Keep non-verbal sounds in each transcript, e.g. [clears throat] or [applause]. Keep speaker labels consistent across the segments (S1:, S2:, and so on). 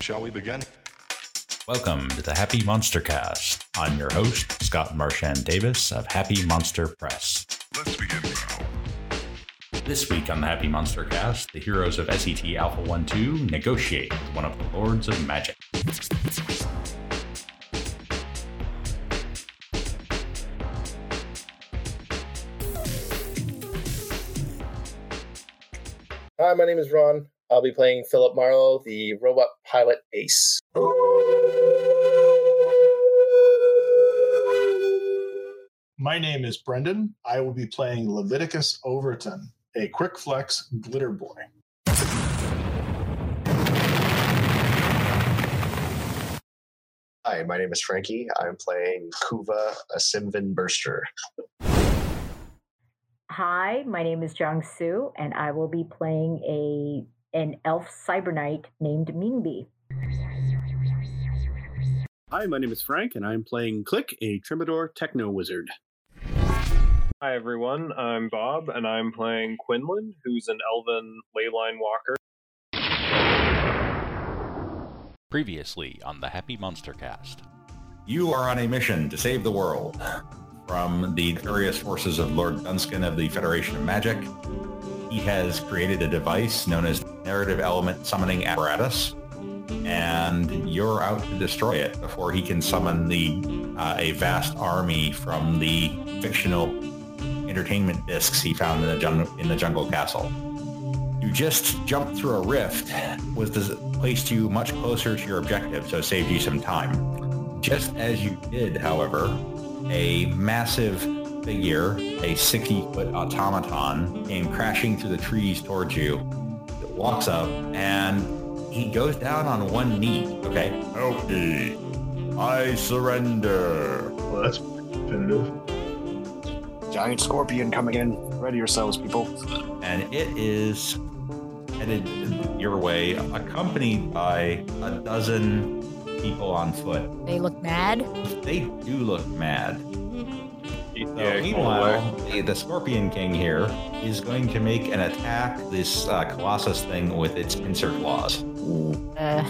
S1: Shall we begin?
S2: Welcome to the Happy Monster Cast. I'm your host, Scott Marchand Davis of Happy Monster Press.
S1: Let's begin now.
S2: This week on the Happy Monster Cast, the heroes of SET Alpha 12 negotiate with one of the Lords of Magic.
S3: Hi, my name is Ron. I'll be playing Philip Marlowe, the robot pilot ace.
S4: My name is Brendan. I will be playing Leviticus Overton, a quick flex glitter boy.
S5: Hi, my name is Frankie. I'm playing Kuva, a Simvin Burster.
S6: Hi, my name is Jong Soo, and I will be playing a an elf cyber knight named Minbi.
S7: Hi, my name is Frank, and I'm playing Click, a Trimador Techno Wizard.
S8: Hi everyone, I'm Bob, and I'm playing Quinlan, who's an elven leyline walker.
S2: Previously on the Happy Monster Cast, you are on a mission to save the world from the furious forces of Lord Dunscan of the Federation of Magic. He has created a device known as Narrative Element Summoning Apparatus, and you're out to destroy it before he can summon the uh, a vast army from the fictional entertainment discs he found in the jungle in the jungle castle. You just jumped through a rift, was this placed you much closer to your objective, so it saved you some time. Just as you did, however, a massive figure, a 60-foot automaton, came crashing through the trees towards you. It walks up and he goes down on one knee. Okay. Help me. I surrender.
S4: Well, that's definitive.
S5: Giant scorpion coming in. Ready yourselves, people.
S2: and it is headed your way, accompanied by a dozen people on foot.
S9: They look mad.
S2: They do look mad. So
S8: ETA,
S2: meanwhile, the, the Scorpion King here is going to make an attack this uh, Colossus thing with its pincer claws.
S9: Uh,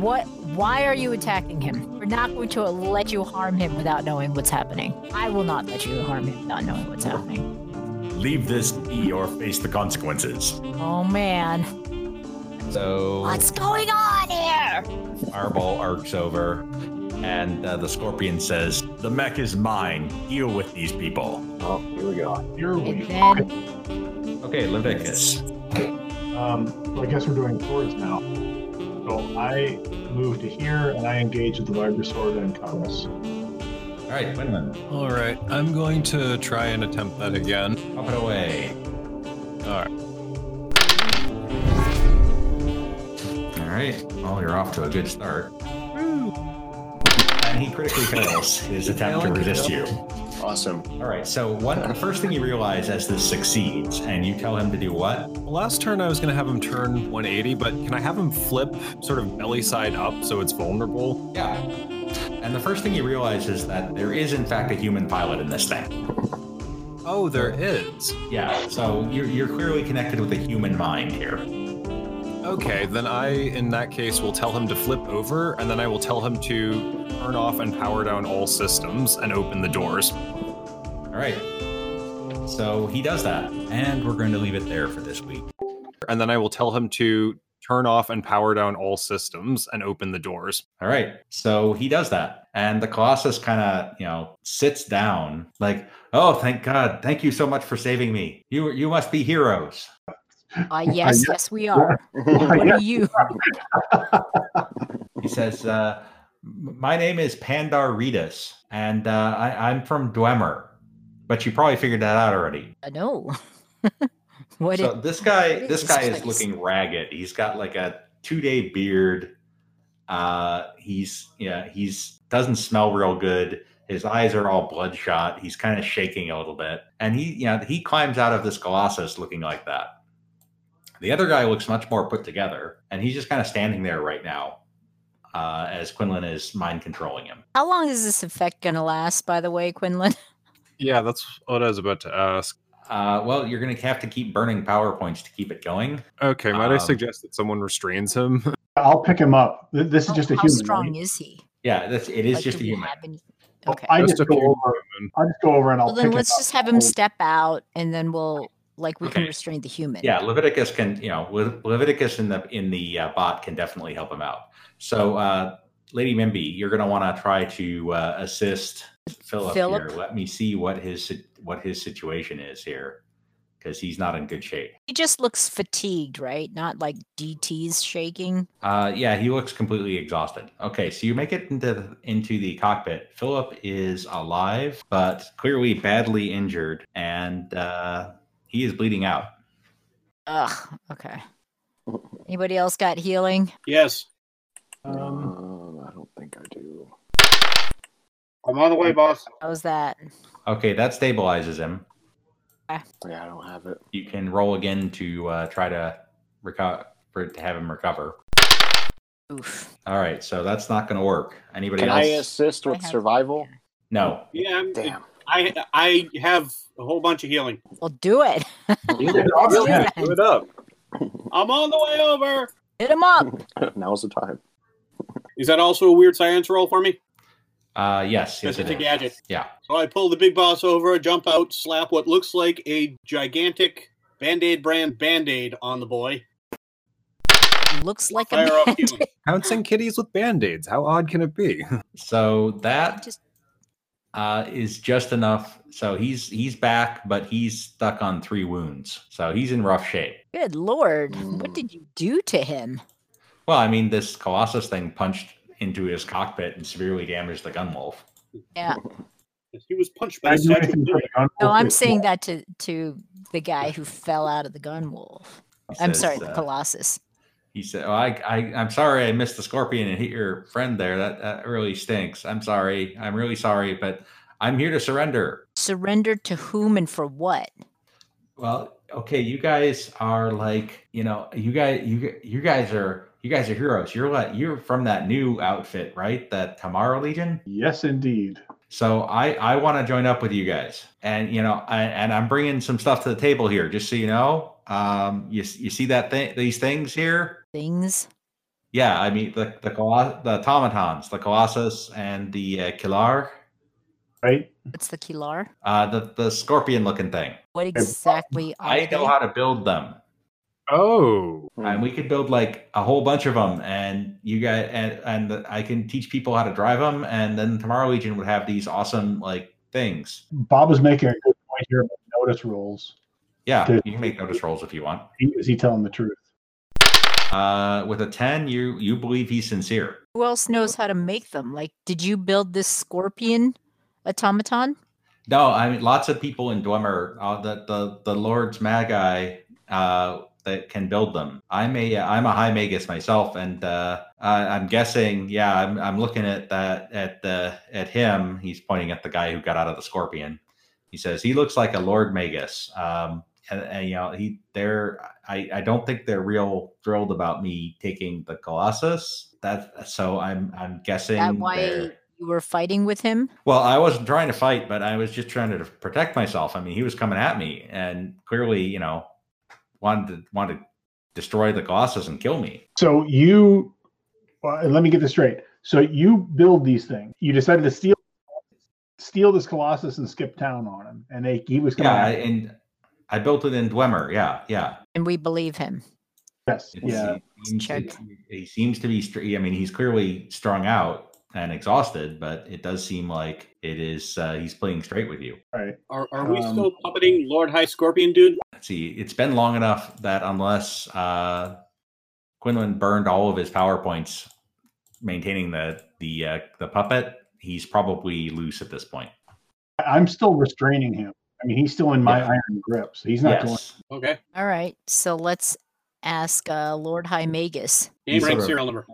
S9: what? Why are you attacking him? We're not going to let you harm him without knowing what's happening. I will not let you harm him without knowing what's happening.
S10: Leave this be or face the consequences.
S9: Oh man,
S2: So
S9: what's going on here?
S2: Fireball arcs over, and uh, the Scorpion says,
S10: The mech is mine. Deal with these people.
S5: Oh, here we go.
S4: You're
S9: And
S4: weak.
S9: then
S2: "Okay, Leviticus,
S4: Um, I guess we're doing swords now. So I move to here and I engage with the larger sword and compass.
S2: all right, Quinlan,
S11: All right, I'm going to try and attempt that again.
S2: pop it away."
S11: All right,
S2: All right. Well, you're off to a good start. And he critically fails his attempt to resist you.
S5: Awesome.
S2: All right. So one, the first thing you realize as this succeeds, and you tell him to do what?
S11: last turn I was going to have him turn 180, but can I have him flip sort of belly side up so it's vulnerable?
S2: Yeah. And the first thing you realize is that there is, in fact, a human pilot in this thing.
S11: Oh, there is.
S2: Yeah. So you're, you're clearly connected with a human mind here.
S11: Okay, then I, in that case, will tell him to flip over, and then I will tell him to turn off and power down all systems and open the doors.
S2: All right. So he does that, and we're going to leave it there for this week.
S11: And then I will tell him to turn off and power down all systems and open the doors.
S2: All right. So he does that. And the Colossus kind of, you know, sits down like, oh, thank God. Thank you so much for saving me. You you must be heroes.
S4: [laughs]
S9: uh, yes,
S4: yeah.
S9: yes,
S4: [laughs]
S9: we are. What are you? [laughs]
S2: He says, uh, "M- my name is Pandar Redis, and uh, I, I'm from Dwemer. But you probably figured that out already.
S9: Uh, no. [laughs] what?
S2: so
S9: it-
S2: this guy,
S9: what is
S2: this
S9: this
S2: guy is
S9: place?
S2: looking ragged. He's got like a two-day beard. Uh, he's yeah, he's doesn't smell real good. His eyes are all bloodshot. He's kind of shaking a little bit, and he you know he climbs out of this colossus looking like that. The other guy looks much more put together, and he's just kind of standing there right now, uh, as Quinlan is mind controlling him.
S9: How long is this effect gonna last? By the way, Quinlan.
S11: Yeah, that's what I was about to ask.
S2: Uh, well, you're going to have to keep burning power points to keep it going.
S11: Okay, might I
S2: Um,
S11: suggest that someone restrains him? [laughs]
S4: I'll pick him up. Th- This is just a
S9: Oh, How
S4: human.
S9: strong
S4: right?
S9: is he?
S2: Yeah, that's, it is
S9: Like,
S2: just a
S9: do we
S2: human.
S9: have any-
S4: Well,
S9: Okay.
S4: I
S11: Just
S4: just
S11: a
S4: go
S11: few
S4: over. I just go over and I'll
S9: Well,
S4: pick
S9: then
S4: him
S9: let's
S4: up.
S9: just have him step out, and then we'll like we can
S2: Okay.
S9: restrain the human.
S2: Yeah, Leviticus can, you know, Le- Leviticus in the in the uh, bot can definitely help him out. So, uh, Lady Mimby, you're going to want to try to uh, assist Philip,
S9: Philip?
S2: here. Let me see what his si- what his situation is here because he's not in good shape.
S9: He just looks fatigued, right? Not like DT's shaking.
S2: Uh, yeah, he looks completely exhausted. Okay, so you make it into into the cockpit. Philip is alive, but clearly badly injured, and uh, he is bleeding out.
S9: Ugh.
S4: [laughs]
S9: Okay. Anybody else got healing?
S7: Yes.
S4: Um,
S5: Um, I don't think I do.
S12: I'm on the way, boss.
S9: How's that?
S2: Okay, that stabilizes him.
S5: Yeah, I don't have it.
S2: You can roll again to uh, try to recover to have him recover.
S9: Oof.
S2: All right, so that's not going to work. Anybody
S5: Can I
S2: else?
S5: assist with survival?
S2: no.
S12: Yeah, I'm,
S5: Damn.
S12: I I have a whole bunch of healing.
S9: Well, do it.
S5: [laughs] Yeah.
S9: Do
S11: it up.
S12: I'm on the way over.
S9: Hit him up.
S5: Now's the time.
S12: Is that also a weird science roll for me?
S2: Uh, yes, yes,
S12: Just
S2: it
S12: it's a
S2: is.
S12: gadget.
S2: Yeah.
S12: So I pull the big boss over, jump out, slap what looks like a gigantic Band-Aid brand Band-Aid on the boy.
S9: Looks like
S12: Fire
S9: a
S12: off
S9: man. [laughs]
S12: healing.
S11: Pouncing kitties with band aids. How odd can it be? [laughs]
S2: So that
S9: Just
S2: uh, is just enough. So he's he's back, but he's stuck on three wounds. So he's in rough shape.
S9: good lord.
S2: Mm.
S9: What did you do to him?
S2: Well, I mean, this Colossus thing punched into his cockpit and severely damaged the Gunwolf. [laughs]
S9: Yeah.
S12: He was punched by
S4: I
S12: a
S4: do
S12: statue.
S4: anything for the gun.
S9: No, I'm saying that to to the guy who fell out of the gun wolf.
S2: He
S9: I'm
S2: says,
S9: sorry,
S2: uh,
S9: the Colossus.
S2: He said, oh, I, I, I'm sorry I missed the scorpion and hit your friend there. That, that really stinks. I'm sorry. I'm really sorry, but I'm here to surrender.
S9: Surrender to whom and for what?
S2: Well, okay, you guys are like, you know, you guys, you g- you guys are you guys are heroes. You're like you're from that new outfit, right? That Tamara Legion.
S4: Yes, indeed.
S2: So I I want to join up with you guys, and you know, I, and I'm bringing some stuff to the table here, just so you know. Um, you s- you see that thing, these things here.
S9: Things.
S2: Yeah, I mean the the Colo- the automatons, the Colossus, and the uh, Killar,
S4: Right?
S9: What's the Kilar?
S2: uh, the the scorpion looking thing.
S9: What exactly are
S2: I know
S9: they?
S2: how to build them,
S11: Oh.
S2: and we could build like a whole bunch of them. And you guys, and and the, I can teach people how to drive them. And then Tomorrow Legion would have these awesome like things.
S4: Bob was making a good point here about notice rolls.
S2: Yeah,
S4: Dude.
S2: you can make notice rolls if you want.
S4: He, is he telling the truth?
S2: Uh, with a ten, you you believe he's sincere.
S9: Who else knows how to make them? Like, did you build this scorpion automaton?
S2: No, I mean lots of people in Dwemer, uh, the the the Lord's Magi uh, that can build them. I'm a I'm a high magus myself, and uh, I, I'm guessing. Yeah, I'm I'm looking at that at the at him. He's pointing at the guy who got out of the scorpion. He says he looks like a Lord Magus. Um, and, and, you know he they're I, I don't think they're real thrilled about me taking the Colossus. That so I'm I'm guessing
S9: Is that why
S2: they're-
S9: you were fighting with him?
S2: well, I wasn't trying to fight, but I was just trying to protect myself. I mean, he was coming at me, and clearly, you know, wanted to, wanted to destroy the Colossus and kill me.
S4: So you, well, and let me get this straight. So you build these things. You decided to steal, steal this Colossus and skip town on him, and they, he was coming.
S2: Yeah, I,
S4: after you.
S2: and I built it in Dwemer. Yeah, yeah.
S9: And we believe him.
S4: yes,
S2: It's-
S4: yeah.
S2: he seems,
S9: Check.
S2: He, he seems to be. str- I mean, he's clearly strung out and exhausted, but it does seem like it is. Uh, he's playing straight with you.
S4: Right.
S12: Are, are we
S4: Um,
S12: still puppeting Lord High Scorpion, dude?
S2: Let's see. It's been long enough that unless uh, Quinlan burned all of his power points maintaining the the uh, the puppet, he's probably loose at this point.
S4: I- I'm still restraining him. I mean, he's still in my
S2: Yeah.
S4: iron grip, so he's not going.
S2: yes.
S12: Okay.
S9: All right, so let's ask uh, Lord High Magus.
S2: You
S12: Name,
S2: sort
S12: rank,
S2: of-
S12: serial number.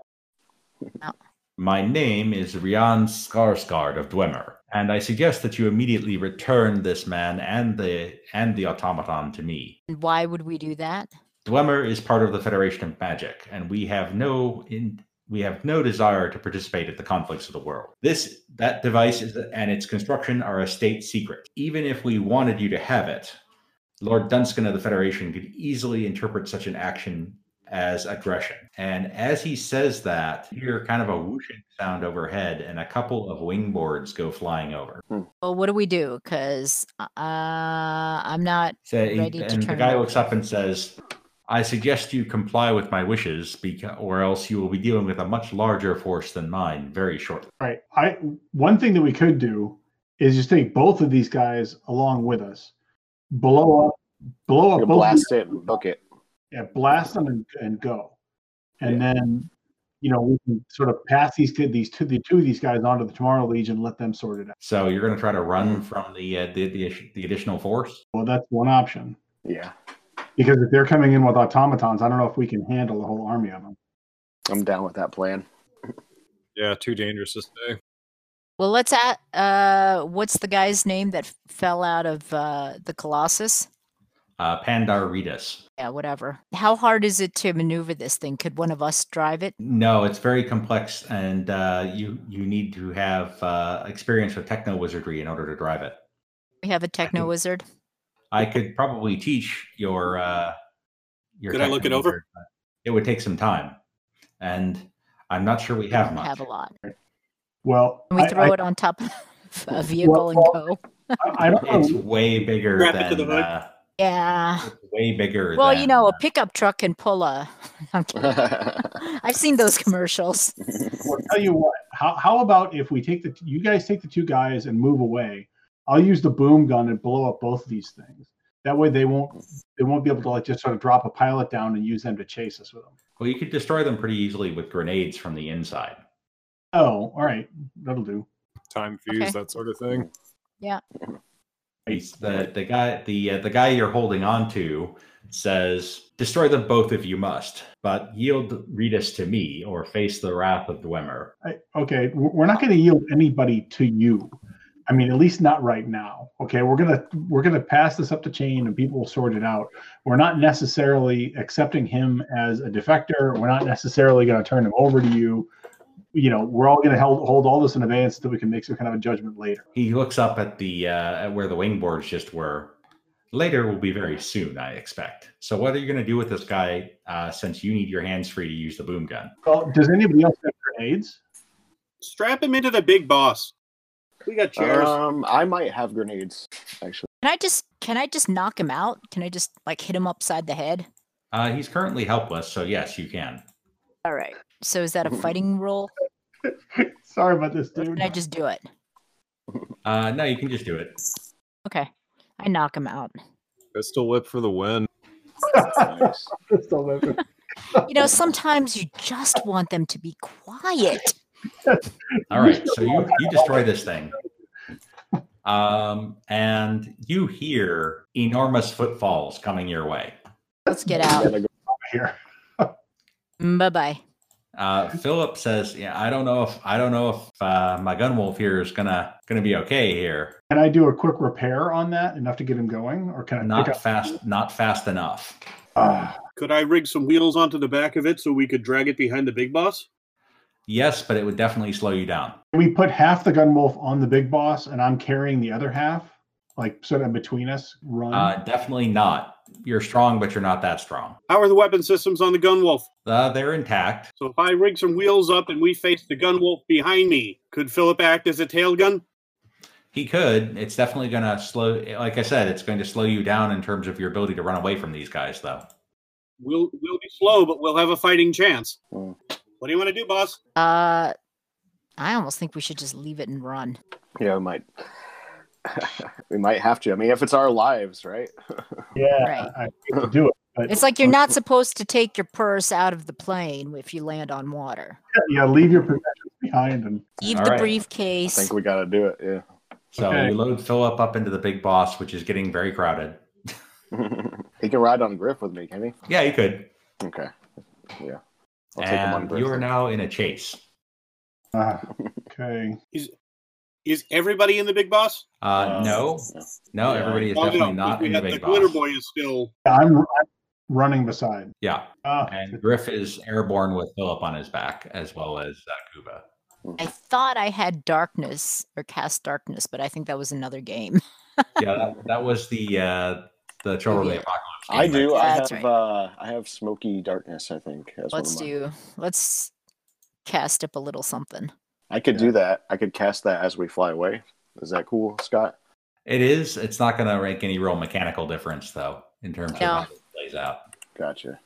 S2: My name is Rian Skarsgård of Dwemer, and I suggest that you immediately return this man and the and the automaton to me.
S9: And why would we do that?
S2: Dwemer is part of the Federation of Magic, and we have no in, we have no desire to participate in the conflicts of the world. This that device is, and its construction are a state secret. Even if we wanted you to have it, Lord Dunscan of the Federation could easily interpret such an action as aggression. And as he says that, you hear kind of a whooshing sound overhead and a couple of wingboards go flying over.
S9: Well, what do we do? Because uh, I'm not
S2: So, he-
S9: ready to
S2: and the
S9: turn.
S2: guy
S9: it
S2: looks up and says, I suggest you comply with my wishes, beca- or else you will be dealing with a much larger force than mine very shortly.
S4: All right. I one thing that we could do is just take both of these guys along with us, blow up, blow up,
S5: You
S4: both of
S5: blast
S4: them.
S5: it and book it.
S4: Yeah, blast them and, and go, and then you know we can sort of pass these kid these two the two of these guys onto the Tomorrow Legion, and let them sort it out.
S2: So you're going to try to
S9: Hmm.
S2: run from the, uh, the, the the additional force.
S4: Well, that's one option
S5: Yeah,
S4: because if they're coming in with automatons, I don't know if we can handle the whole army of them.
S5: I'm down with that plan. [laughs]
S11: Yeah, too dangerous to stay.
S9: Well, let's at uh, what's the guy's name that fell out of uh, the Colossus?
S2: Uh, Pandar Redis.
S9: Yeah, whatever. How hard is it to maneuver this thing? Could one of us drive it?
S2: No, it's very complex, and uh, you you need to have uh, experience with techno wizardry in order to drive it.
S9: We have a techno wizard.
S2: I could probably teach your uh, your.
S12: Could I look it over?
S2: techno-wizard, but It would take some time, and I'm not sure we have
S9: We
S2: much.
S9: have a lot.
S4: Well,
S9: Can we
S4: I-
S9: throw
S4: I-
S9: it on top of a vehicle and go?
S4: I
S9: [laughs]
S4: don't
S2: it's
S4: know.
S2: way bigger
S4: Strap it to the
S2: than
S4: hood.
S2: uh, [laughs]
S9: Yeah.
S2: way bigger.
S9: Well,
S2: than,
S9: you know, a pickup truck can pull a. [laughs] I'm
S5: [laughs]
S9: kidding. I've seen those commercials.
S4: Well, tell you what. How, how about if we take the you guys take the two guys and move away? I'll use the boom gun and blow up both of these things. That way they won't they won't be able to like just sort of drop a pilot down and use them to chase us with them.
S2: Well, you could destroy them pretty easily with grenades from the inside.
S4: Oh, all right, that'll do.
S11: Time fuse,
S9: Okay.
S11: that sort of thing.
S9: Yeah.
S2: He's- the the guy the uh, the guy you're holding on to says, "Destroy them both if you must, but yield Redis to me, or face the wrath of Dwemer."
S4: I, okay, we're we're not going to yield anybody to you. I mean, at least not right now. Okay, we're gonna we're gonna pass this up the chain, and people will sort it out. We're not necessarily accepting him as a defector. We're not necessarily going to turn him over to you. You know, we're all going to hold hold all this in abeyance until we can make some kind of a judgment later.
S2: He looks up at the uh, at where the wing boards just were. Later will be very soon, I expect. So, what are you going to do with this guy? Uh, since you need your hands free to use the boom gun,
S4: Well, does anybody else have grenades?
S12: Strap him into the big boss. We got chairs.
S5: Um, I might have grenades actually.
S9: Can I just can I just knock him out? Can I just like hit him upside the head?
S2: uh, he's currently helpless. So, yes, you can.
S9: All right. So is that a fighting roll?
S4: [laughs] Sorry about this, dude.
S9: Can I just do it?
S2: Uh, no, you can just do it.
S9: Okay. I knock him out.
S11: Pistol whip for the win.
S4: [laughs]
S9: You know, sometimes you just want them to be quiet.
S2: All right, so you you destroy this thing, um, and you hear enormous footfalls coming your way.
S9: Let's get out.
S4: Here,
S9: Bye bye.
S2: Uh, Philip says, "Yeah, I don't know if I don't know if uh, my gun wolf here is gonna gonna be okay here.
S4: Can I do a quick repair on that enough to get him going, or can I pick
S2: Not
S4: up?
S2: fast, not fast enough.
S12: Could I rig some wheels onto the back of it so we could drag it behind the big boss?
S2: Yes, but it would definitely slow you down.
S4: We put half the gunwolf on the big boss, and I'm carrying the other half, like sort of between us. Run.
S2: Uh, definitely not. You're strong, but you're not that strong.
S12: How are the weapon systems on the gun wolf?
S2: Uh, they're intact.
S12: So if I rig some wheels up and we face the gun wolf behind me, could Philip act as a tail gun?
S2: He could. It's definitely gonna slow. Like I said, it's going to slow you down in terms of your ability to run away from these guys, though."
S12: We'll we'll be slow, but we'll have a fighting chance. What do you want to do, boss?
S9: Uh I almost think we should just leave it and run.
S5: Yeah, we might. [laughs] we might have to. I mean, if it's our lives, right?
S4: Yeah,
S9: Right.
S4: I hate to do it. But
S9: It's like you're not supposed to take your purse out of the plane if you land on water.
S4: yeah, leave your possessions behind and
S9: Leave
S2: All
S9: the
S2: right.
S9: briefcase.
S5: we got to do it. Yeah. [laughs]
S2: So
S5: Okay.
S2: you load Philip up into the big boss, which is getting very crowded.
S5: he can ride on Griff with me, can he?
S2: Yeah, you could.
S5: Okay. Yeah. I'll take him on
S2: And
S5: first.
S2: you are now in a chase.
S4: Ah, okay.
S12: Is is everybody in the big boss?
S2: Uh, no, no, everybody is
S12: Oh, no,
S2: definitely
S12: because
S2: not
S12: we
S2: in the
S12: got
S2: big
S12: the glitter
S2: boss.
S12: boy is still.
S4: I'm, I'm running beside. Ah,
S2: Yeah, and Griff is airborne with Philip on his back, as well as uh, Kuba.
S9: I thought I had darkness or cast darkness, but I think that was another game.
S2: Yeah, that, that was the uh, the Children
S5: Yeah.
S2: of the Apocalypse.
S5: I
S2: game
S5: do.
S2: back.
S5: I
S9: That's
S5: have
S9: right.
S5: uh, I have smoky darkness. I think. As
S9: Let's
S5: one of
S9: do. Let's cast up a little something.
S5: my... I could do that. I could cast that as we fly away. Is that cool, Scott?
S2: It is. It's not going to make any real mechanical difference, though, in terms of
S9: No.
S2: how it plays out.
S5: Gotcha.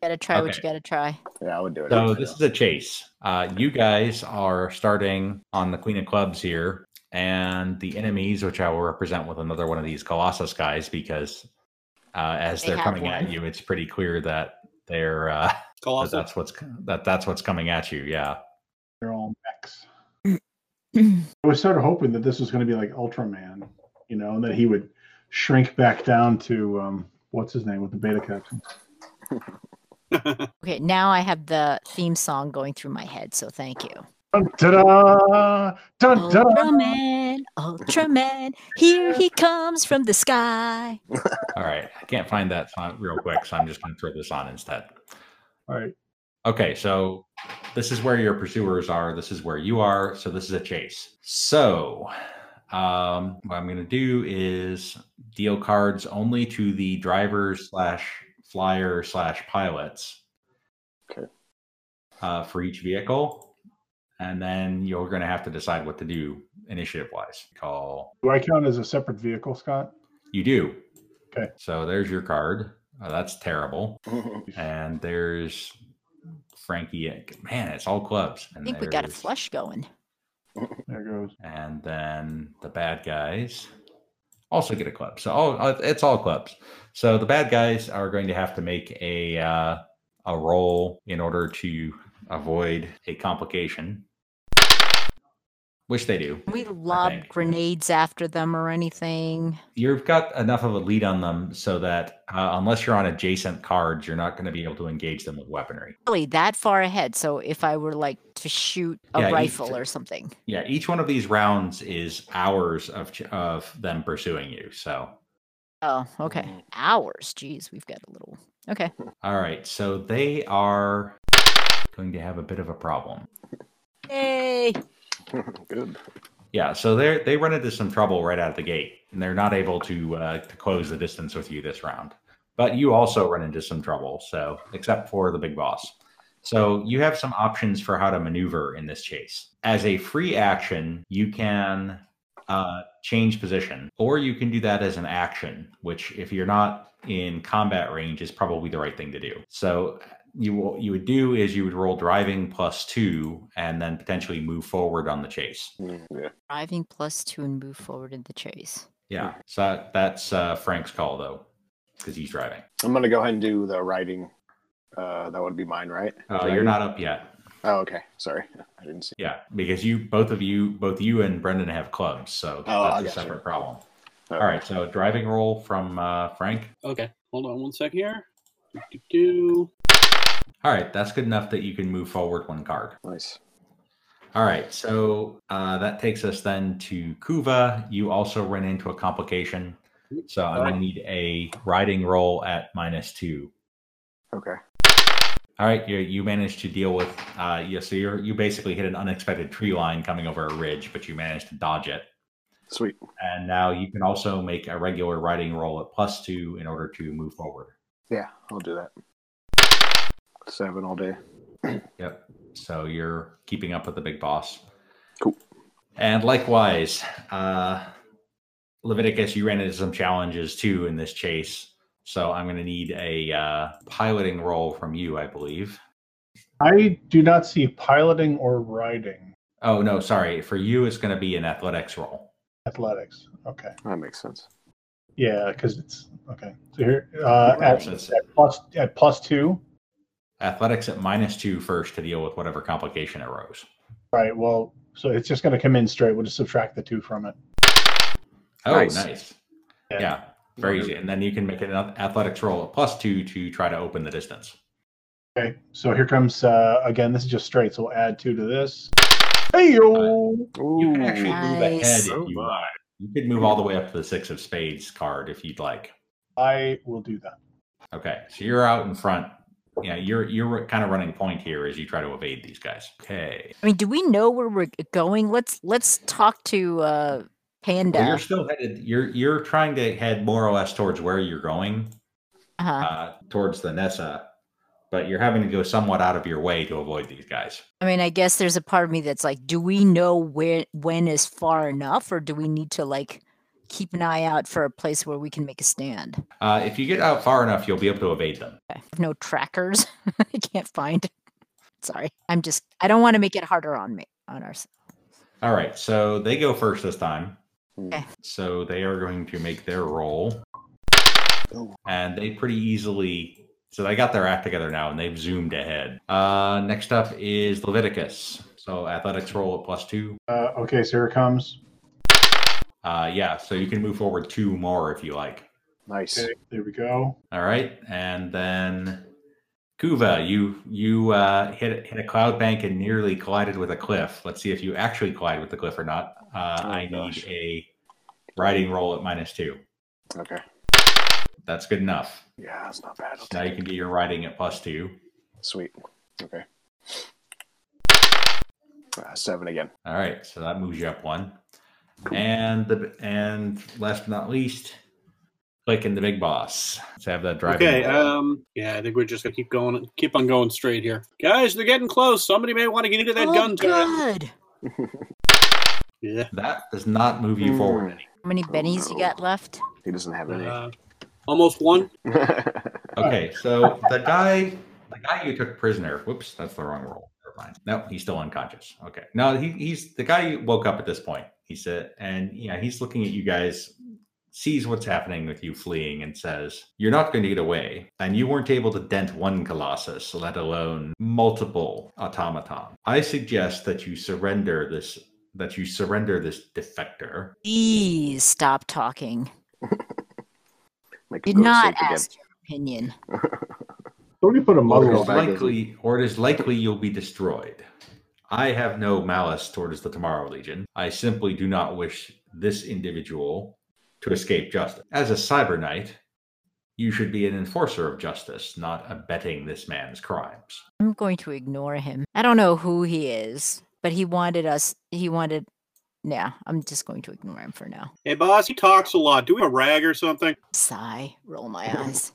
S9: gotta try what you
S2: Okay.
S9: gotta try. [clears throat]
S5: Yeah, I would do
S2: So this is a chase. Uh, you guys are starting on the Queen of Clubs here, and the enemies, which I will represent with another one of these Colossus guys, because uh, as
S10: They
S2: they are
S10: have
S2: coming at
S10: one.
S2: you, it's pretty clear that they're uh, that
S12: Colossus?
S2: that's what's that that's what's coming at you. Yeah.
S4: They're all mechs. I was sort of hoping that this was going to be like Ultraman, you know, and that he would shrink back down to um, what's his name with the beta captain.
S9: Okay, now I have the theme song going through my head, so thank you.
S4: Dun, ta-da!
S9: Oh,
S4: Dun, ta-da!
S9: Ultraman, Ultraman, here he comes from the sky.
S2: All right. I can't find that song real quick, so I'm just going to throw this on instead.
S4: All right.
S2: Okay, so this is where your pursuers are. This is where you are. So this is a chase. So um, what I'm going to do is deal cards only to the drivers slash flyer slash pilots.
S5: Okay.
S2: Uh, for each vehicle, and then you're going to have to decide what to do initiative wise. Call
S4: Do I count as a separate vehicle, Scott?
S2: you do.
S4: Okay.
S2: So there's your card. Uh, that's terrible. and there's Frankie. Man, it's all clubs.
S9: I
S2: And
S9: think we got a
S2: there's-
S9: flush going.
S4: There goes.
S2: And then the bad guys also get a club. So all, uh, it's all clubs. So the bad guys are going to have to make a uh, a roll in order to avoid a complication, which they do.
S9: Can we lob grenades after them or anything?
S2: You've got enough of a lead on them so that uh, unless you're on adjacent cards, you're not going to be able to engage them with weaponry.
S9: Really that far ahead. So if I were like to shoot a
S2: Yeah, you-
S9: rifle or something.
S2: Yeah, each one of these rounds is hours of ch- of them pursuing you. So
S9: Oh, okay.
S2: Mm-hmm.
S9: Hours. Jeez, we've got a little. Okay.
S2: All right, so they are going to have a bit of a problem.
S9: Yay.
S5: [laughs] Good.
S2: Yeah, so they they run into some trouble right out of the gate, and they're not able to uh, to close the distance with you this round. But you also run into some trouble, so except for the big boss. So you have some options for how to maneuver in this chase. As a free action, you can uh, change position, or you can do that as an action, which if you're not in combat range is probably the right thing to do. So you what you would do is you would roll driving plus two, and then potentially move forward on the chase.
S5: Yeah.
S9: Driving plus two and move forward in the chase.
S2: Yeah. So that's uh, Frank's call though, because he's driving.
S5: I'm gonna go ahead and do the writing. Uh, that would be mine, right?
S2: Uh, you're not up yet.
S5: Oh, okay. Sorry, I didn't see.
S2: Yeah, because you both of you, both you and Brendan have clubs, so
S5: Oh, I
S2: that's a
S5: gotcha.
S2: separate problem. All right. So driving roll from uh, Frank.
S12: [laughs] Okay, hold on one sec here. Do-do-do.
S2: All right, that's good enough that you can move forward one card.
S5: Nice.
S2: All right, so uh, that takes us then to Kuva. You also ran into a complication, so I'm gonna need a riding roll at minus two.
S5: Okay.
S2: All right, you you managed to deal with uh, yeah. So you're you basically hit an unexpected tree line coming over a ridge, but you managed to dodge it.
S5: Sweet.
S2: And now you can also make a regular riding roll at plus two in order to move forward.
S5: Yeah, I'll do that. Seven all day.
S2: Yep. So you're keeping up with the big boss.
S5: Cool.
S2: And likewise, uh, Leviticus, you ran into some challenges too in this chase. So I'm going to need a uh, piloting roll from you, I believe.
S4: I do not see piloting or riding
S2: Oh no, sorry. For you, it's going to be an athletics roll.
S4: athletics. Okay.
S5: That makes sense.
S4: Yeah, because it's okay. So here, uh, at,
S2: Athletics.
S4: at plus at plus two.
S2: Athletics at minus two first to deal with whatever complication arose.
S4: Right. Well, so it's just going to come in straight. We'll just subtract the two from it.
S2: Oh,
S4: Nice.
S2: nice. Yeah. very easy. And then you can make an ath- athletics roll at plus two to try to open the distance.
S4: Okay. So here comes uh, again. This is just straight. So we'll add two to this. Hey yo.
S2: You can actually move ahead
S4: Nice.
S2: if you want. You could move all the way up to the six of spades card if you'd like.
S4: I will do that.
S2: Okay, so you're out in front. Yeah, you're you're kind of running point here as you try to evade these guys. Okay.
S9: I mean, do we know where we're g- going? Let's let's talk to uh Panda.
S2: Well, you're still headed. You're you're trying to head more or less towards where you're going,
S9: uh-huh.
S2: uh, towards the Nessa, but you're having to go somewhat out of your way to avoid these guys.
S9: I mean, I guess there's a part of me that's like, do we know where when is far enough, or do we need to like keep an eye out for a place where we can make a stand?
S2: Uh, if you get out far enough, you'll be able to evade them.
S9: I have no trackers. [laughs] I can't find. [laughs] Sorry, I'm just. I don't want to make it harder on me on ourselves.
S2: All right, so they go first this time.
S9: Okay.
S2: So they are going to make their roll, and they pretty easily. So they got their act together now, and they've zoomed ahead. Uh, next up is Leviticus. So athletics roll at plus two.
S4: Uh, okay, so here it comes.
S2: Uh, yeah, so you can move forward two more if you like.
S5: Nice.
S4: Okay, there we go.
S2: All right, and then Kuva, you you uh, hit hit a cloud bank and nearly collided with a cliff. Let's see if you actually collide with the cliff or not. Uh,
S5: Oh,
S2: I
S5: gosh.
S2: need a riding roll at minus two.
S5: Okay.
S2: That's good enough.
S5: Yeah, that's not bad.
S2: So now you can get your riding at plus two.
S5: Sweet. Okay. Uh, seven again.
S2: All right, so that moves you up one. And the and last but not least, click in the big boss to have that driving.
S12: Okay.
S2: roll.
S5: uh,
S12: Um. Yeah, I think we're just gonna keep going, keep on going straight here, guys. They're getting close. Somebody may want to get into that
S9: Oh,
S12: gun turret.
S9: good.
S12: Yeah.
S2: That does not move
S9: Hmm.
S5: hmm.
S2: you forward. any.
S9: How many bennies you got left?
S5: He doesn't have any.
S12: Uh, almost one.
S2: Okay, so the guy, the guy you took prisoner. Whoops, that's the wrong roll. Never mind. No, he's still unconscious. Okay, no, he, he's the guy who woke up at this point. He said, and yeah, he's looking at you guys, sees what's happening with you fleeing, and says, "You're not going to get away, and you weren't able to dent one colossus, let alone multiple automaton. I suggest that you surrender this." That you surrender this defector
S9: Please stop talking.
S5: [laughs] Make
S9: Did not ask your opinion.
S4: Somebody put a
S2: or
S4: muzzle
S2: it is
S4: on it.
S2: likely or it is likely you'll be destroyed. I have no malice towards the Tomorrow Legion. I simply do not wish this individual to escape justice. As a cyber knight, you should be an enforcer of justice, not abetting this man's crimes.
S9: I'm going to ignore him. I don't know who he is, but he wanted us. He wanted. Yeah, I'm just going to ignore him for now.
S12: Hey, boss. He talks a lot. Do we have a rag or something?
S9: Sigh. Roll my
S2: Mm.
S9: eyes.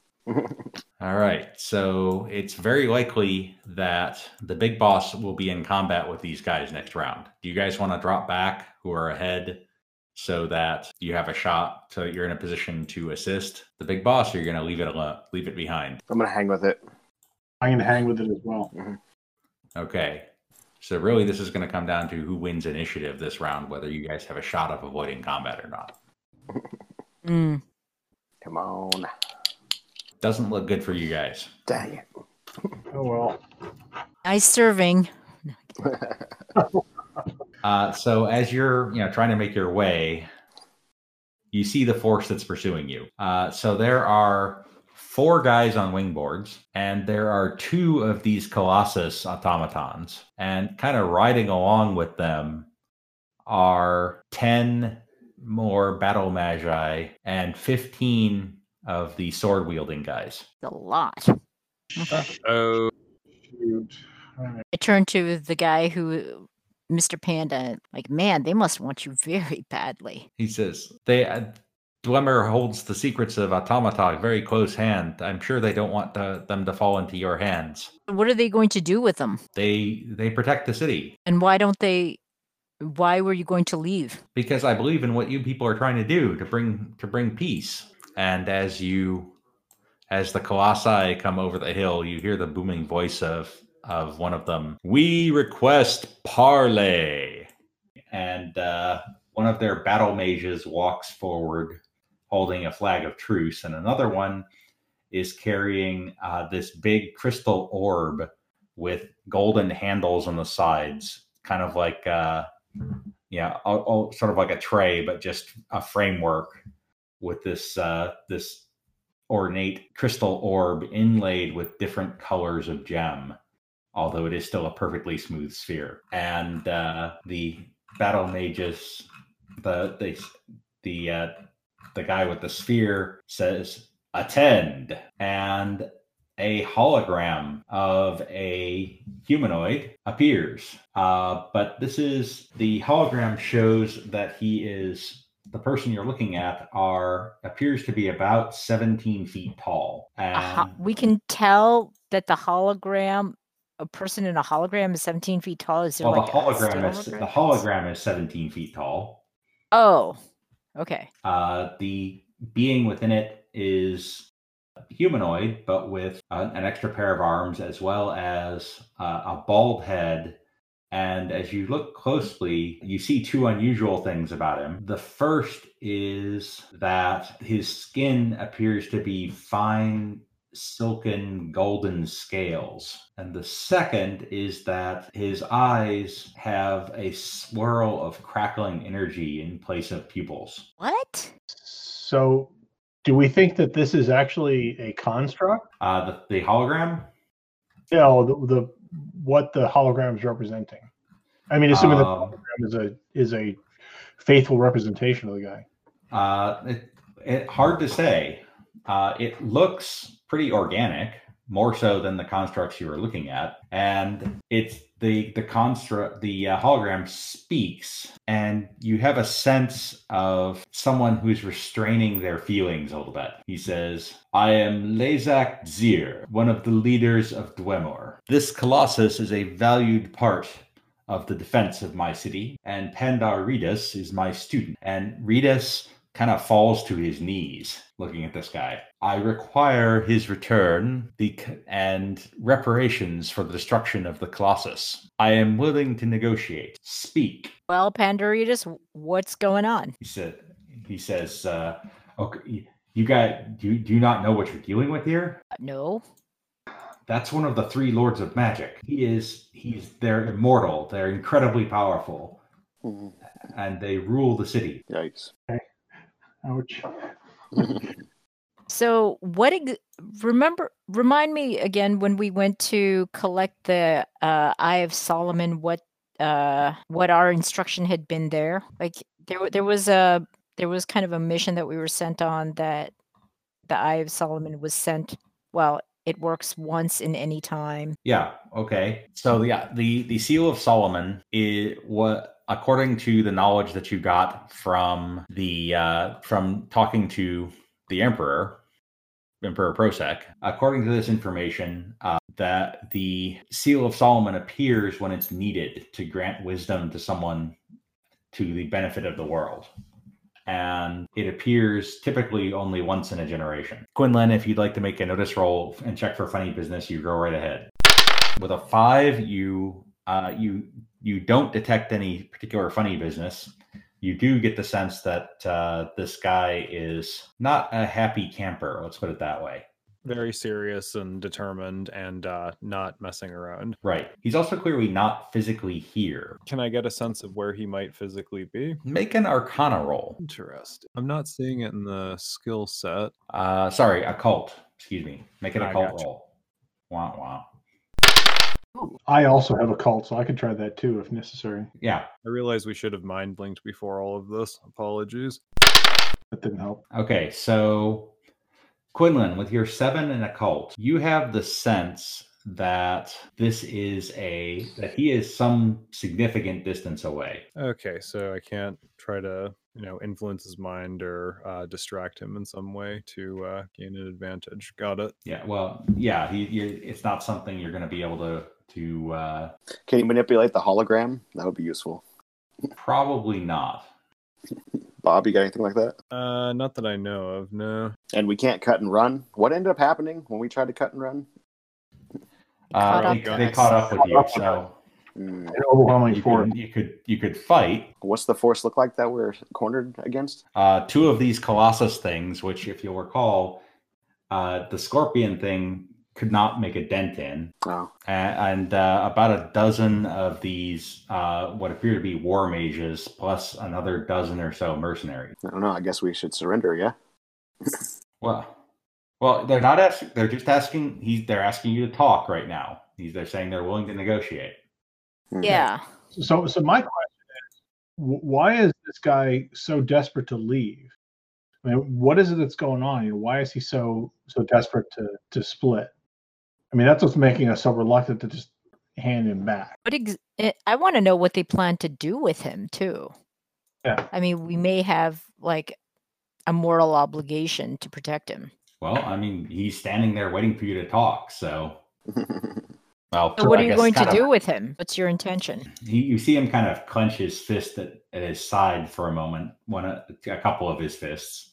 S2: All right, so it's very likely that the big boss will be in combat with these guys next round. Do you guys want to drop back who are ahead so that you have a shot, so that you're in a position to assist the big boss, or you're going to leave it alone, leave it behind?
S5: [laughs] I'm gonna hang with it.
S4: I'm gonna hang with it as well.
S2: Okay, so really, this is going to come down to who wins initiative this round, whether you guys have a shot of avoiding combat or not.
S9: Mm.
S5: Come on.
S2: Doesn't look good for you guys.
S5: Dang it.
S4: Oh well.
S9: Nice serving.
S2: Uh, so as you're you know trying to make your way, you see the force that's pursuing you. Uh, so there are four guys on wingboards, and there are two of these colossus automatons, and kind of riding along with them are ten more battle magi and fifteen of the sword wielding guys.
S9: A lot.
S11: Oh,
S9: I turned to the guy who, Mr. Panda, like, man, they must want you very badly.
S2: He says, "They uh, Dwemer holds the secrets of automata very close hand. I'm sure they don't want the, them to fall into your hands.
S9: What are they going to do with them?
S2: They they protect the city
S9: And why don't they? Why were you going to leave?
S2: because I believe in what you people are trying to do to bring to bring peace. And as you as the colossi come over the hill, you hear the booming voice of of one of them. We request parley. And uh, one of their battle mages walks forward, holding a flag of truce, and another one is carrying uh, this big crystal orb with golden handles on the sides, kind of like uh, yeah, all, all- sort of like a tray, but just a framework with this uh, this ornate crystal orb inlaid with different colors of gem. Although it is still a perfectly smooth sphere, and uh, the battle mages, the the the uh, the guy with the sphere says attend, and a hologram of a humanoid appears. Uh, but this is the hologram shows that he is the person you're looking at are appears to be about 17 feet tall. And
S9: ho- we can tell that the hologram, a person in a hologram, is 17 feet tall. Is there
S2: well,
S9: like
S2: the
S9: a
S2: hologram
S9: still
S2: is the hologram is 17 feet tall.
S9: Oh, okay.
S2: Uh, the being within it is humanoid, but with uh, an extra pair of arms as well as uh, a bald head. And as you look closely, you see two unusual things about him. The first is that his skin appears to be fine, silken, golden scales. And the second is that his eyes have a swirl of crackling energy in place of pupils.
S9: What?
S4: So, do we think that this is actually a construct?
S2: Uh, the, the hologram?
S4: No, the, the what the hologram is representing. I mean, assuming the
S2: Um,
S4: hologram is a is a faithful representation of the guy.
S2: Uh, it, it, hard to say. Uh, it looks pretty organic, more so than the constructs you were looking at, and it's the the construct the uh, hologram speaks, and you have a sense of someone who's restraining their feelings a little bit. He says, "I am Lazak Zir, one of the leaders of Dwemor. This colossus is a valued part of the defense of my city, and Pandar Redis is my student. And Redis kind of falls to his knees looking at this guy. I require his return the, c- and reparations for the destruction of the Colossus. I am willing to negotiate. Speak,
S9: Well, Pandoritas, what's going on?
S2: he said. He says, uh, "Okay, you got. Do, do you not know what you're dealing with here?"
S9: Uh, No.
S2: That's one of the three lords of magic. He is he's they're immortal. They're incredibly powerful. And they rule the city.
S5: Yikes. [laughs]
S4: Ouch.
S9: So, what ex- remember remind me again when we went to collect the uh Eye of Solomon what uh what our instruction had been there? Like there wa- there was a there was kind of a mission that we were sent on that the Eye of Solomon was sent well, it works once in any time.
S2: Yeah. Okay. So yeah, the the seal of Solomon is what according to the knowledge that you got from the uh, from talking to the emperor, Emperor Prosek. According to this information, uh, that the seal of Solomon appears when it's needed to grant wisdom to someone to the benefit of the world. And it appears typically only once in a generation. Quinlan, if you'd like to make a notice roll and check for funny business, you go right ahead. With a five, you uh, you you don't detect any particular funny business. You do get the sense that uh, this guy is not a happy camper. Let's put it that way.
S11: Very serious and determined and uh, not messing around.
S2: Right. He's also clearly not physically here.
S11: Can I get a sense of where he might physically be?
S2: Make an Arcana roll.
S11: Interesting. I'm not seeing it in the skill set.
S2: Uh, sorry, occult. Excuse me. Make an
S11: I
S2: occult
S11: gotcha.
S2: roll. Wah wah.
S4: I also have a cult, so I could try that too if necessary.
S2: Yeah.
S11: I realize we should have mind blinked before all of this. Apologies.
S4: That didn't help.
S2: Okay, so Quinlan, with your seven and occult, you have the sense that this is a that he is some significant distance away.
S11: Okay, so I can't try to, you know, influence his mind or uh, distract him in some way to uh, gain an advantage. Got it.
S2: Yeah. Well, yeah. He, you it's not something you're going to be able to to. Uh,
S5: Can you manipulate the hologram? That would be useful.
S2: Probably not.
S5: Bob, you got anything like that?
S11: Uh, not that I know of. No.
S5: And we can't cut and run. What ended up happening when we tried to cut and run?
S2: uh,
S5: up
S2: they,
S5: to
S2: they
S5: us.
S2: caught up with
S5: Caught
S2: you,
S5: up with
S2: so
S5: Mm.
S4: overwhelming
S2: you could, you could you could fight
S5: What's the force look like that we're cornered against?
S2: uh, two of these colossus things, which, if you'll recall, uh, the scorpion thing could not make a dent in.
S5: Oh.
S2: And, uh, about a dozen of these, uh, what appear to be war mages, plus another dozen or so mercenaries.
S5: I don't know. I guess we should surrender. Yeah.
S2: Well, well, they're not asking. They're just asking. He's they're asking you to talk right now. He's, they're saying they're willing to negotiate.
S5: Mm-hmm. Hmm.
S9: Yeah.
S4: So, so my question is, wh- why is this guy so desperate to leave? I mean, what is it that's going on? You know, why is he so so desperate to to split? I mean, that's what's making us so reluctant to just hand him back.
S9: What ex- eh, I want to know what they plan to do with him too.
S4: Yeah.
S9: I mean, we may have like a moral obligation to protect him.
S2: Well, I mean, he's standing there waiting for you to talk. So, well,
S9: So what
S2: I
S9: are you
S2: guess
S9: going to
S2: kind of-
S9: do with him? What's your intention?
S2: You, you see him kind of clench his fist at, at his side for a moment, one a, a couple of his fists,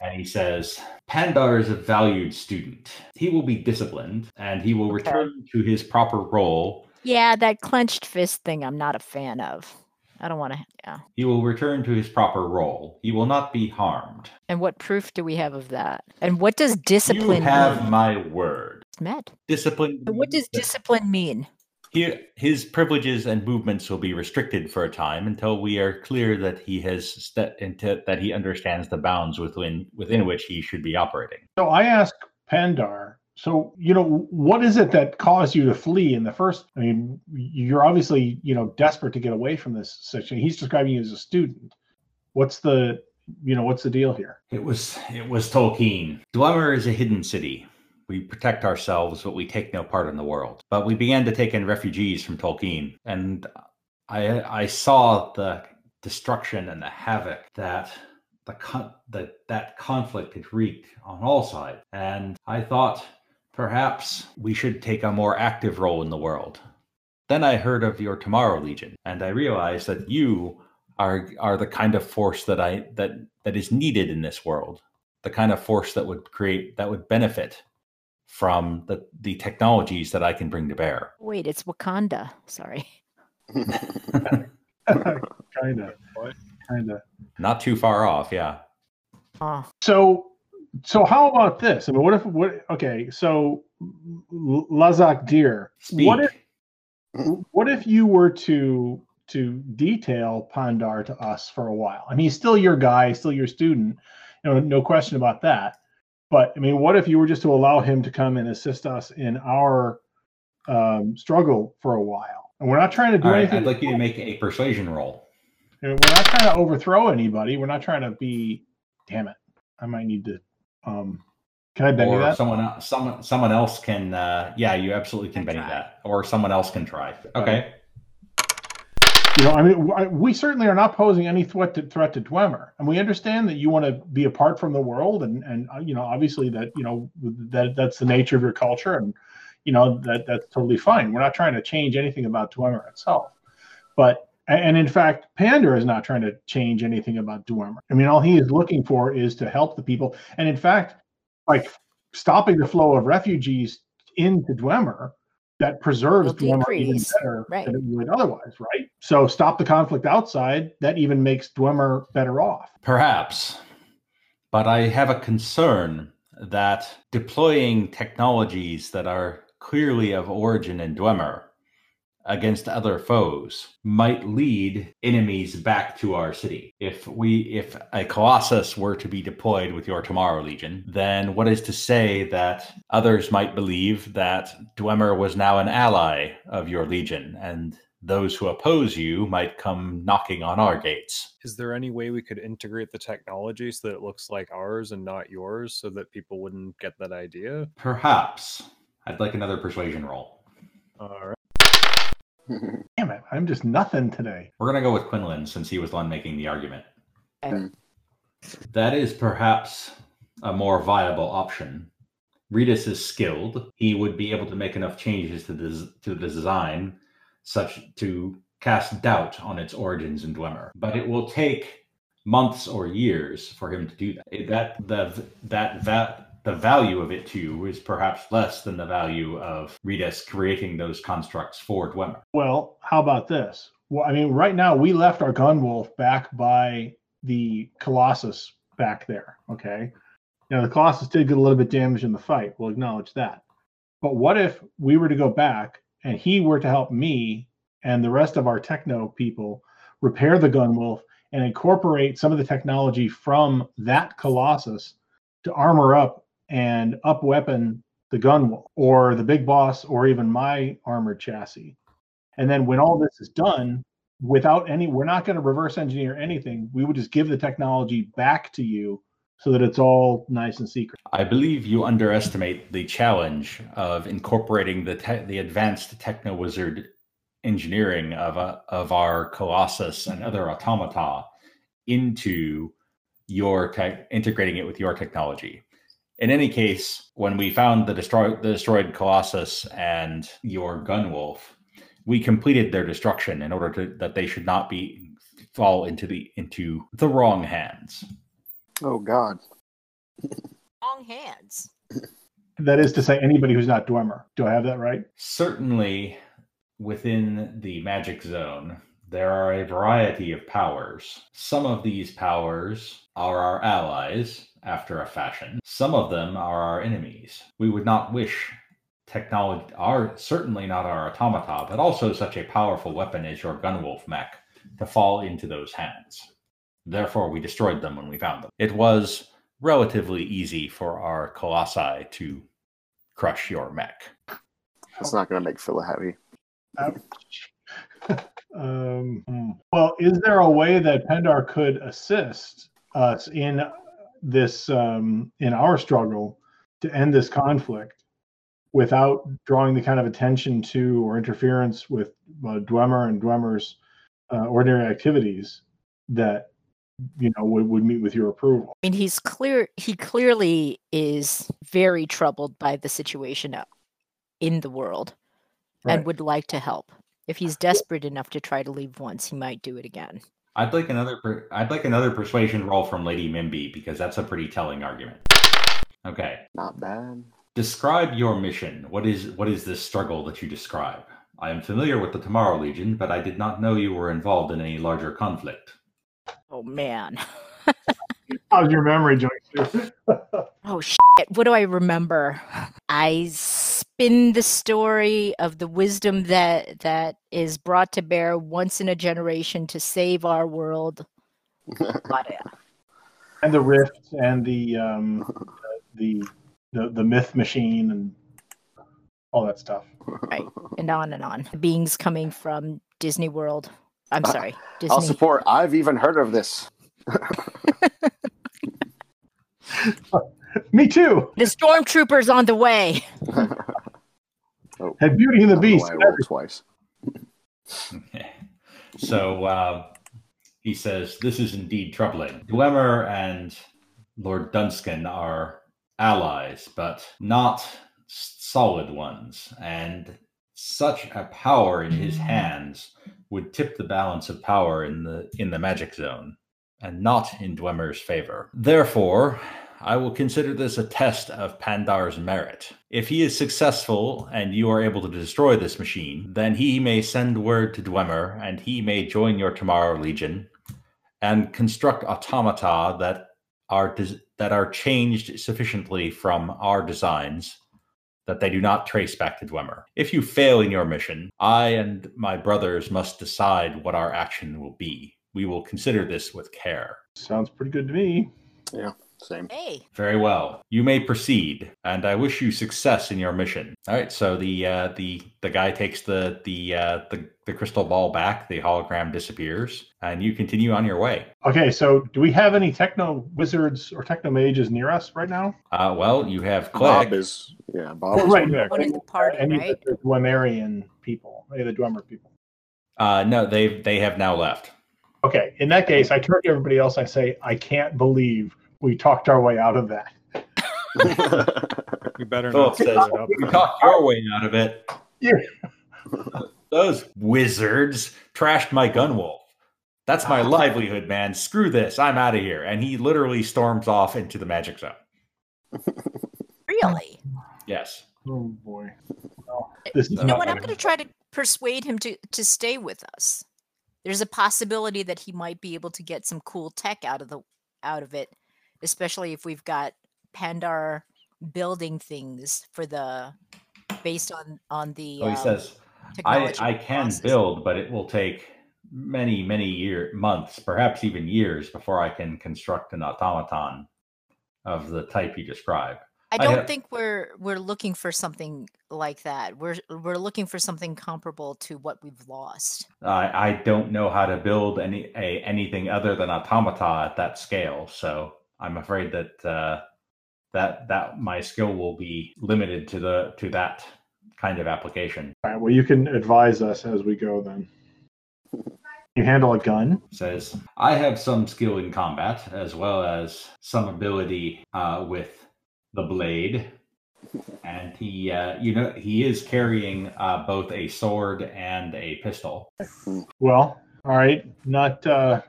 S2: and he says, "Pandar is a valued student. He will be disciplined, and he will return to his proper role.
S9: Yeah, that clenched fist thing I'm not a fan of. I don't want to. Yeah.
S2: He will return to his proper role. He will not be harmed.
S9: And what proof do we have of that? And what does discipline
S2: You have
S9: mean?
S2: my word.
S9: It's Met.
S2: Discipline.
S9: But What does discipline mean?
S2: He, his privileges and movements will be restricted for a time until we are clear that he has ste- into, that he understands the bounds within within which he should be operating.
S4: So I ask Pandar, so you know, what is it that caused you to flee in the first? I mean, you're obviously you know desperate to get away from this situation. He's describing you as a student. What's the you know what's the deal here? [laughs]
S2: It was it was Tolkien. Dwemer is a hidden city. We protect ourselves, but we take no part in the world. But we began to take in refugees from Tolkien, and I I saw the destruction and the havoc that the con- that that conflict had wreaked on all sides, and I thought perhaps we should take a more active role in the world. Then I heard of your Tomorrow Legion, and I realized that you are are the kind of force that I that that is needed in this world, the kind of force that would create that would benefit from the the technologies that I can bring to bear.
S9: Wait, it's Wakanda. Sorry. [laughs]
S4: Kinda, kinda.
S2: Not too far off, yeah.
S9: Oh,
S4: So, so how about this? I mean, what if what? Okay, so L- Lazak Deer, what if what if you were to to detail Pandar to us for a while? I mean, he's still your guy, he's still your student, you know, no question about that. But I mean, what if you were just to allow him to come and assist us in our um, struggle for a while? And we're not trying to do
S2: All right,
S4: anything.
S2: I'd like you to make a persuasion roll.
S4: I mean, we're not trying to overthrow anybody. We're not trying to be. Damn it! I might need to. Um, can I Benny
S2: or
S4: that?
S2: someone else someone someone else can uh yeah, you absolutely can Benny that. Or someone else can try. Okay.
S4: You know, I mean, w- I- we certainly are not posing any threat to threat to Dwemer, and we understand that you want to be apart from the world, and and uh, you know, obviously that you know that that's the nature of your culture, and you know that that's totally fine. We're not trying to change anything about Dwemer itself, but and in fact, Pander is not trying to change anything about Dwemer. I mean, all he is looking for is to help the people, and in fact, like stopping the flow of refugees into Dwemer that preserves Dwemer even
S9: decrease,
S4: better
S9: right.
S4: than it would otherwise, right? So stop the conflict outside. That even makes Dwemer better off.
S2: Perhaps. But I have a concern that deploying technologies that are clearly of origin in Dwemer against other foes might lead enemies back to our city. If we if a Colossus were to be deployed with your Tomorrow Legion, then what is to say that others might believe that Dwemer was now an ally of your Legion and those who oppose you might come knocking on our gates.
S11: Is there any way we could integrate the technology so that it looks like ours and not yours so that people wouldn't get that idea?
S2: Perhaps. I'd like another persuasion roll.
S11: All right.
S4: Damn it, I'm just nothing today.
S2: We're going to go with Quinlan since he was the one making the argument. That is perhaps a more viable option. Redis is skilled. He would be able to make enough changes to the, to the design such to cast doubt on its origins in Dwemer. But it will take months or years for him to do that. It- That the that va- the value of it to you is perhaps less than the value of Redis creating those constructs for Dwemer.
S4: Well, how about this? Well, I mean, right now we left our Gunwolf back by the Colossus back there. Okay. Now the Colossus did get a little bit damaged in the fight. We'll acknowledge that. But what if we were to go back and he were to help me and the rest of our techno people repair the Gunwolf and incorporate some of the technology from that Colossus to armor up and up weapon the Gunwolf or the Big Boss or even my armored chassis? And then when all this is done, without any, we're not going to reverse engineer anything. We would just give the technology back to you so that it's all nice and secret.
S2: I believe you underestimate the challenge of incorporating the te- the advanced techno wizard engineering of, uh, of our Colossus and other automata into your tech, integrating it with your technology. In any case, when we found the, destroy, the destroyed Colossus and your Gunwolf, we completed their destruction in order to, that they should not be fall into the into the wrong hands.
S5: [laughs] Oh God.
S9: Wrong hands.
S4: That is to say, anybody who's not Dwemer. Do I have that right?
S2: Certainly, within the magic zone, there are a variety of powers. Some of these powers are our allies, after a fashion. Some of them are our enemies. We would not wish technology, are certainly not our automata, but also such a powerful weapon as your Gunwolf mech, to fall into those hands. Therefore, we destroyed them when we found them. It was relatively easy for our colossi to crush your mech.
S5: That's not going to make Phila happy.
S4: Um, hmm. well, is there a way that Pendar could assist us in this um, in our struggle to end this conflict without drawing the kind of attention to or interference with uh, Dwemer and Dwemer's uh, ordinary activities that you know would, would meet with your approval?
S9: I mean, he's clear. He clearly is very troubled by the situation up in the world,
S2: Right.
S9: and would like to help. If he's desperate enough to try to leave once, he might do it again.
S2: I'd like another. Per- I'd like another persuasion roll from Lady Mimby because that's a pretty telling argument. Okay.
S5: Not bad.
S2: Describe your mission. What is what is this struggle that you describe? I am familiar with the Tomorrow Legion, but I did not know you were involved in any larger conflict. [laughs]
S9: Oh man.
S4: How's your memory, Joyce?
S9: Oh shit, what do I remember? I spin the story of the wisdom that that is brought to bear once in a generation to save our world. But, uh,
S4: [laughs] and the rift and the um, the, the the myth machine and all that stuff.
S9: right. And on and on. Beings coming from Disney World. I'm
S5: I-
S9: sorry,
S5: I'll
S9: Disney.
S5: support. I've even heard of this.
S4: Me too.
S9: the stormtroopers on the way.
S4: Had Beauty and the
S5: Beast. I rolled twice.
S2: So uh, he says, This is indeed troubling. Dwemer and Lord Dunscan are allies, but not s- solid ones. And such a power in his hands would tip the balance of power in the in the magic zone and not in Dwemer's favor. Therefore, I will consider this a test of Pandar's merit. If he is successful and you are able to destroy this machine, then he may send word to Dwemer and he may join your Tomorrow Legion and construct automata that are des- that are changed sufficiently from our designs that they do not trace back to Dwemer. If you fail in your mission, I and my brothers must decide what our action will be. We will consider this with care.
S4: Sounds pretty good to me.
S5: Yeah, same.
S9: Hey.
S2: Very well. You may proceed, and I wish you success in your mission. All right. So the uh, the the guy takes the the, uh, the the crystal ball back. The hologram disappears, and you continue on your way.
S4: Okay, so do we have any techno wizards or techno mages near us right now?
S2: Uh, well, you have
S4: Bob
S2: Clegg.
S5: is yeah.
S4: Oh, right,
S5: [laughs]
S4: yeah.
S9: One in the party,
S4: I mean,
S9: right?
S4: the Dwemerian people, eh, the Dwemer people.
S2: Uh, no, they they have now left.
S4: Okay, in that case, I turn to everybody else. I say, I can't believe we talked our way out of that.
S11: You better
S2: Philip
S11: not set
S2: says,
S11: it up.
S2: "You talked your way out of it.
S4: Yeah.
S2: Those wizards trashed my gun wolf. That's my livelihood, man. Screw this. I'm out of here." And he literally storms off into the magic zone.
S9: Really?
S2: Yes.
S4: Oh boy. Well, this is
S9: You know
S4: not
S9: what? I'm
S4: good.
S9: going to try to persuade him to, to stay with us. There's a possibility that he might be able to get some cool tech out of the out of it, especially if we've got Pandar building things for the based on on the.
S2: So Oh, he
S9: um,
S2: says, I,
S9: technology
S2: I can
S9: process."
S2: build, but it will take many, many year months, perhaps even years, before I can construct an automaton of the type you describe.
S9: I don't
S2: have-
S9: think we're we're looking for something like that. We're we're looking for something comparable to what we've lost.
S2: I, I don't know how to build any a, anything other than automata at that scale. So I'm afraid that uh, that that my skill will be limited to the to that kind of application.
S4: All right. Well, you can advise us as we go then. You handle a gun.
S2: Says, I have some skill in combat as well as some ability uh, with the blade. And he, uh, you know, he is carrying uh, both a sword and a pistol.
S4: Well, all right. Not uh,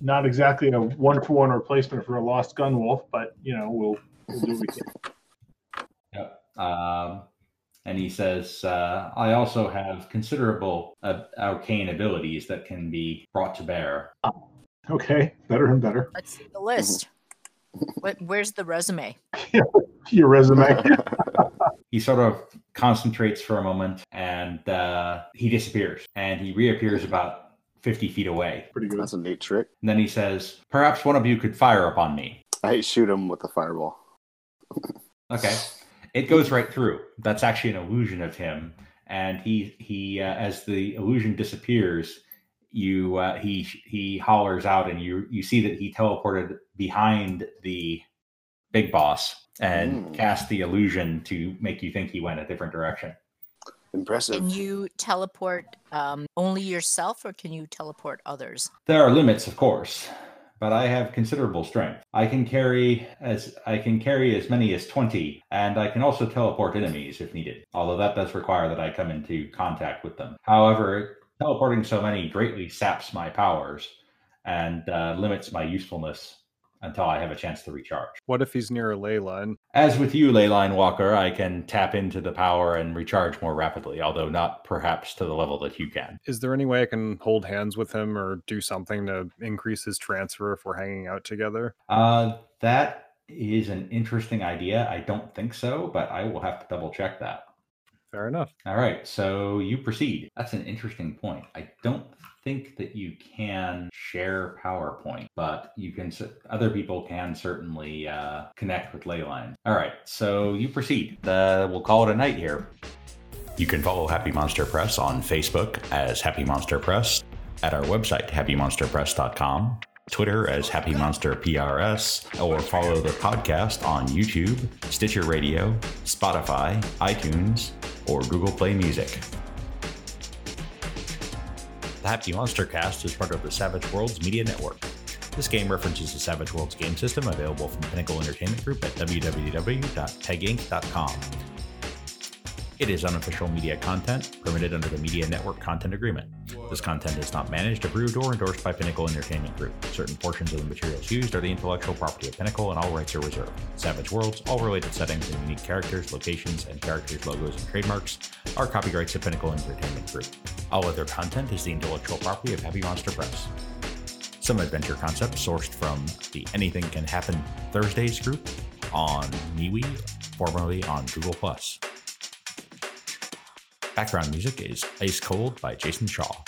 S4: not exactly a one for one replacement for a lost gun wolf, but you know we'll, we'll do what we can. [laughs]
S2: Yep. Um, and he says, uh, I also have considerable uh, arcane abilities that can be brought to bear.
S4: Okay, better and better.
S9: Let's see
S2: Mm-hmm.
S9: the list. What, where's the resume?
S4: Your
S5: [laughs]
S4: resume.
S2: he sort of concentrates for a moment and uh, he disappears and he reappears about 50 feet away.
S4: Pretty good.
S5: That's a neat trick.
S2: And then he says, Perhaps one of you could fire upon me.
S5: I shoot him with a fireball.
S2: Okay. It goes right through. That's actually an illusion of him, and he he uh, as the illusion disappears, you uh, he he hollers out, and you you see that he teleported behind the big boss and cast the illusion to make you think he went a different direction.
S9: Can
S5: Impressive.
S9: you teleport um, only yourself, or can you teleport others?
S2: There are limits, of course, but I have considerable strength. I can carry as I can carry as many as twenty, and I can also teleport enemies if needed. Although that does require that I come into contact with them. However, teleporting so many greatly saps my powers and uh, limits my usefulness until I have a chance to recharge.
S11: What if he's near a ley line?
S2: As with you, Leyline Walker, I can tap into the power and recharge more rapidly, although not perhaps to the level that you can.
S11: Is there any way I can hold hands with him or do something to increase his transfer if we're hanging out together?
S2: Uh, that is an interesting idea. I don't think so, but I will have to double check that.
S11: Fair enough.
S2: All right, so you proceed. That's an interesting point. I don't think that you can share PowerPoint, but you can. cer- Other people can certainly uh, connect with Leyline. All right, so you proceed. Uh, we'll call it a night here. You can follow Happy Monster Press on Facebook as Happy Monster Press, at our website, happymonsterpress.com, Twitter as Happy Monster PRS, or follow the podcast on YouTube, Stitcher Radio, Spotify, iTunes, or Google Play Music. The Happy Monster Cast is part of the Savage Worlds Media Network. This game references the Savage Worlds game system available from Pinnacle Entertainment Group at www.peginc.com. It is unofficial media content permitted under the Media Network Content Agreement. This content is not managed, approved, or endorsed by Pinnacle Entertainment Group. Certain portions of the materials used are the intellectual property of Pinnacle and all rights are reserved. Savage Worlds, all related settings and unique characters, locations, and characters, logos, and trademarks are copyrights of Pinnacle Entertainment Group. All other content is the intellectual property of Happy Monster Press. Some adventure concepts sourced from the Anything Can Happen Thursdays group on MeWe, formerly on Google Plus. Background music is Ice Cold by Jason Shaw.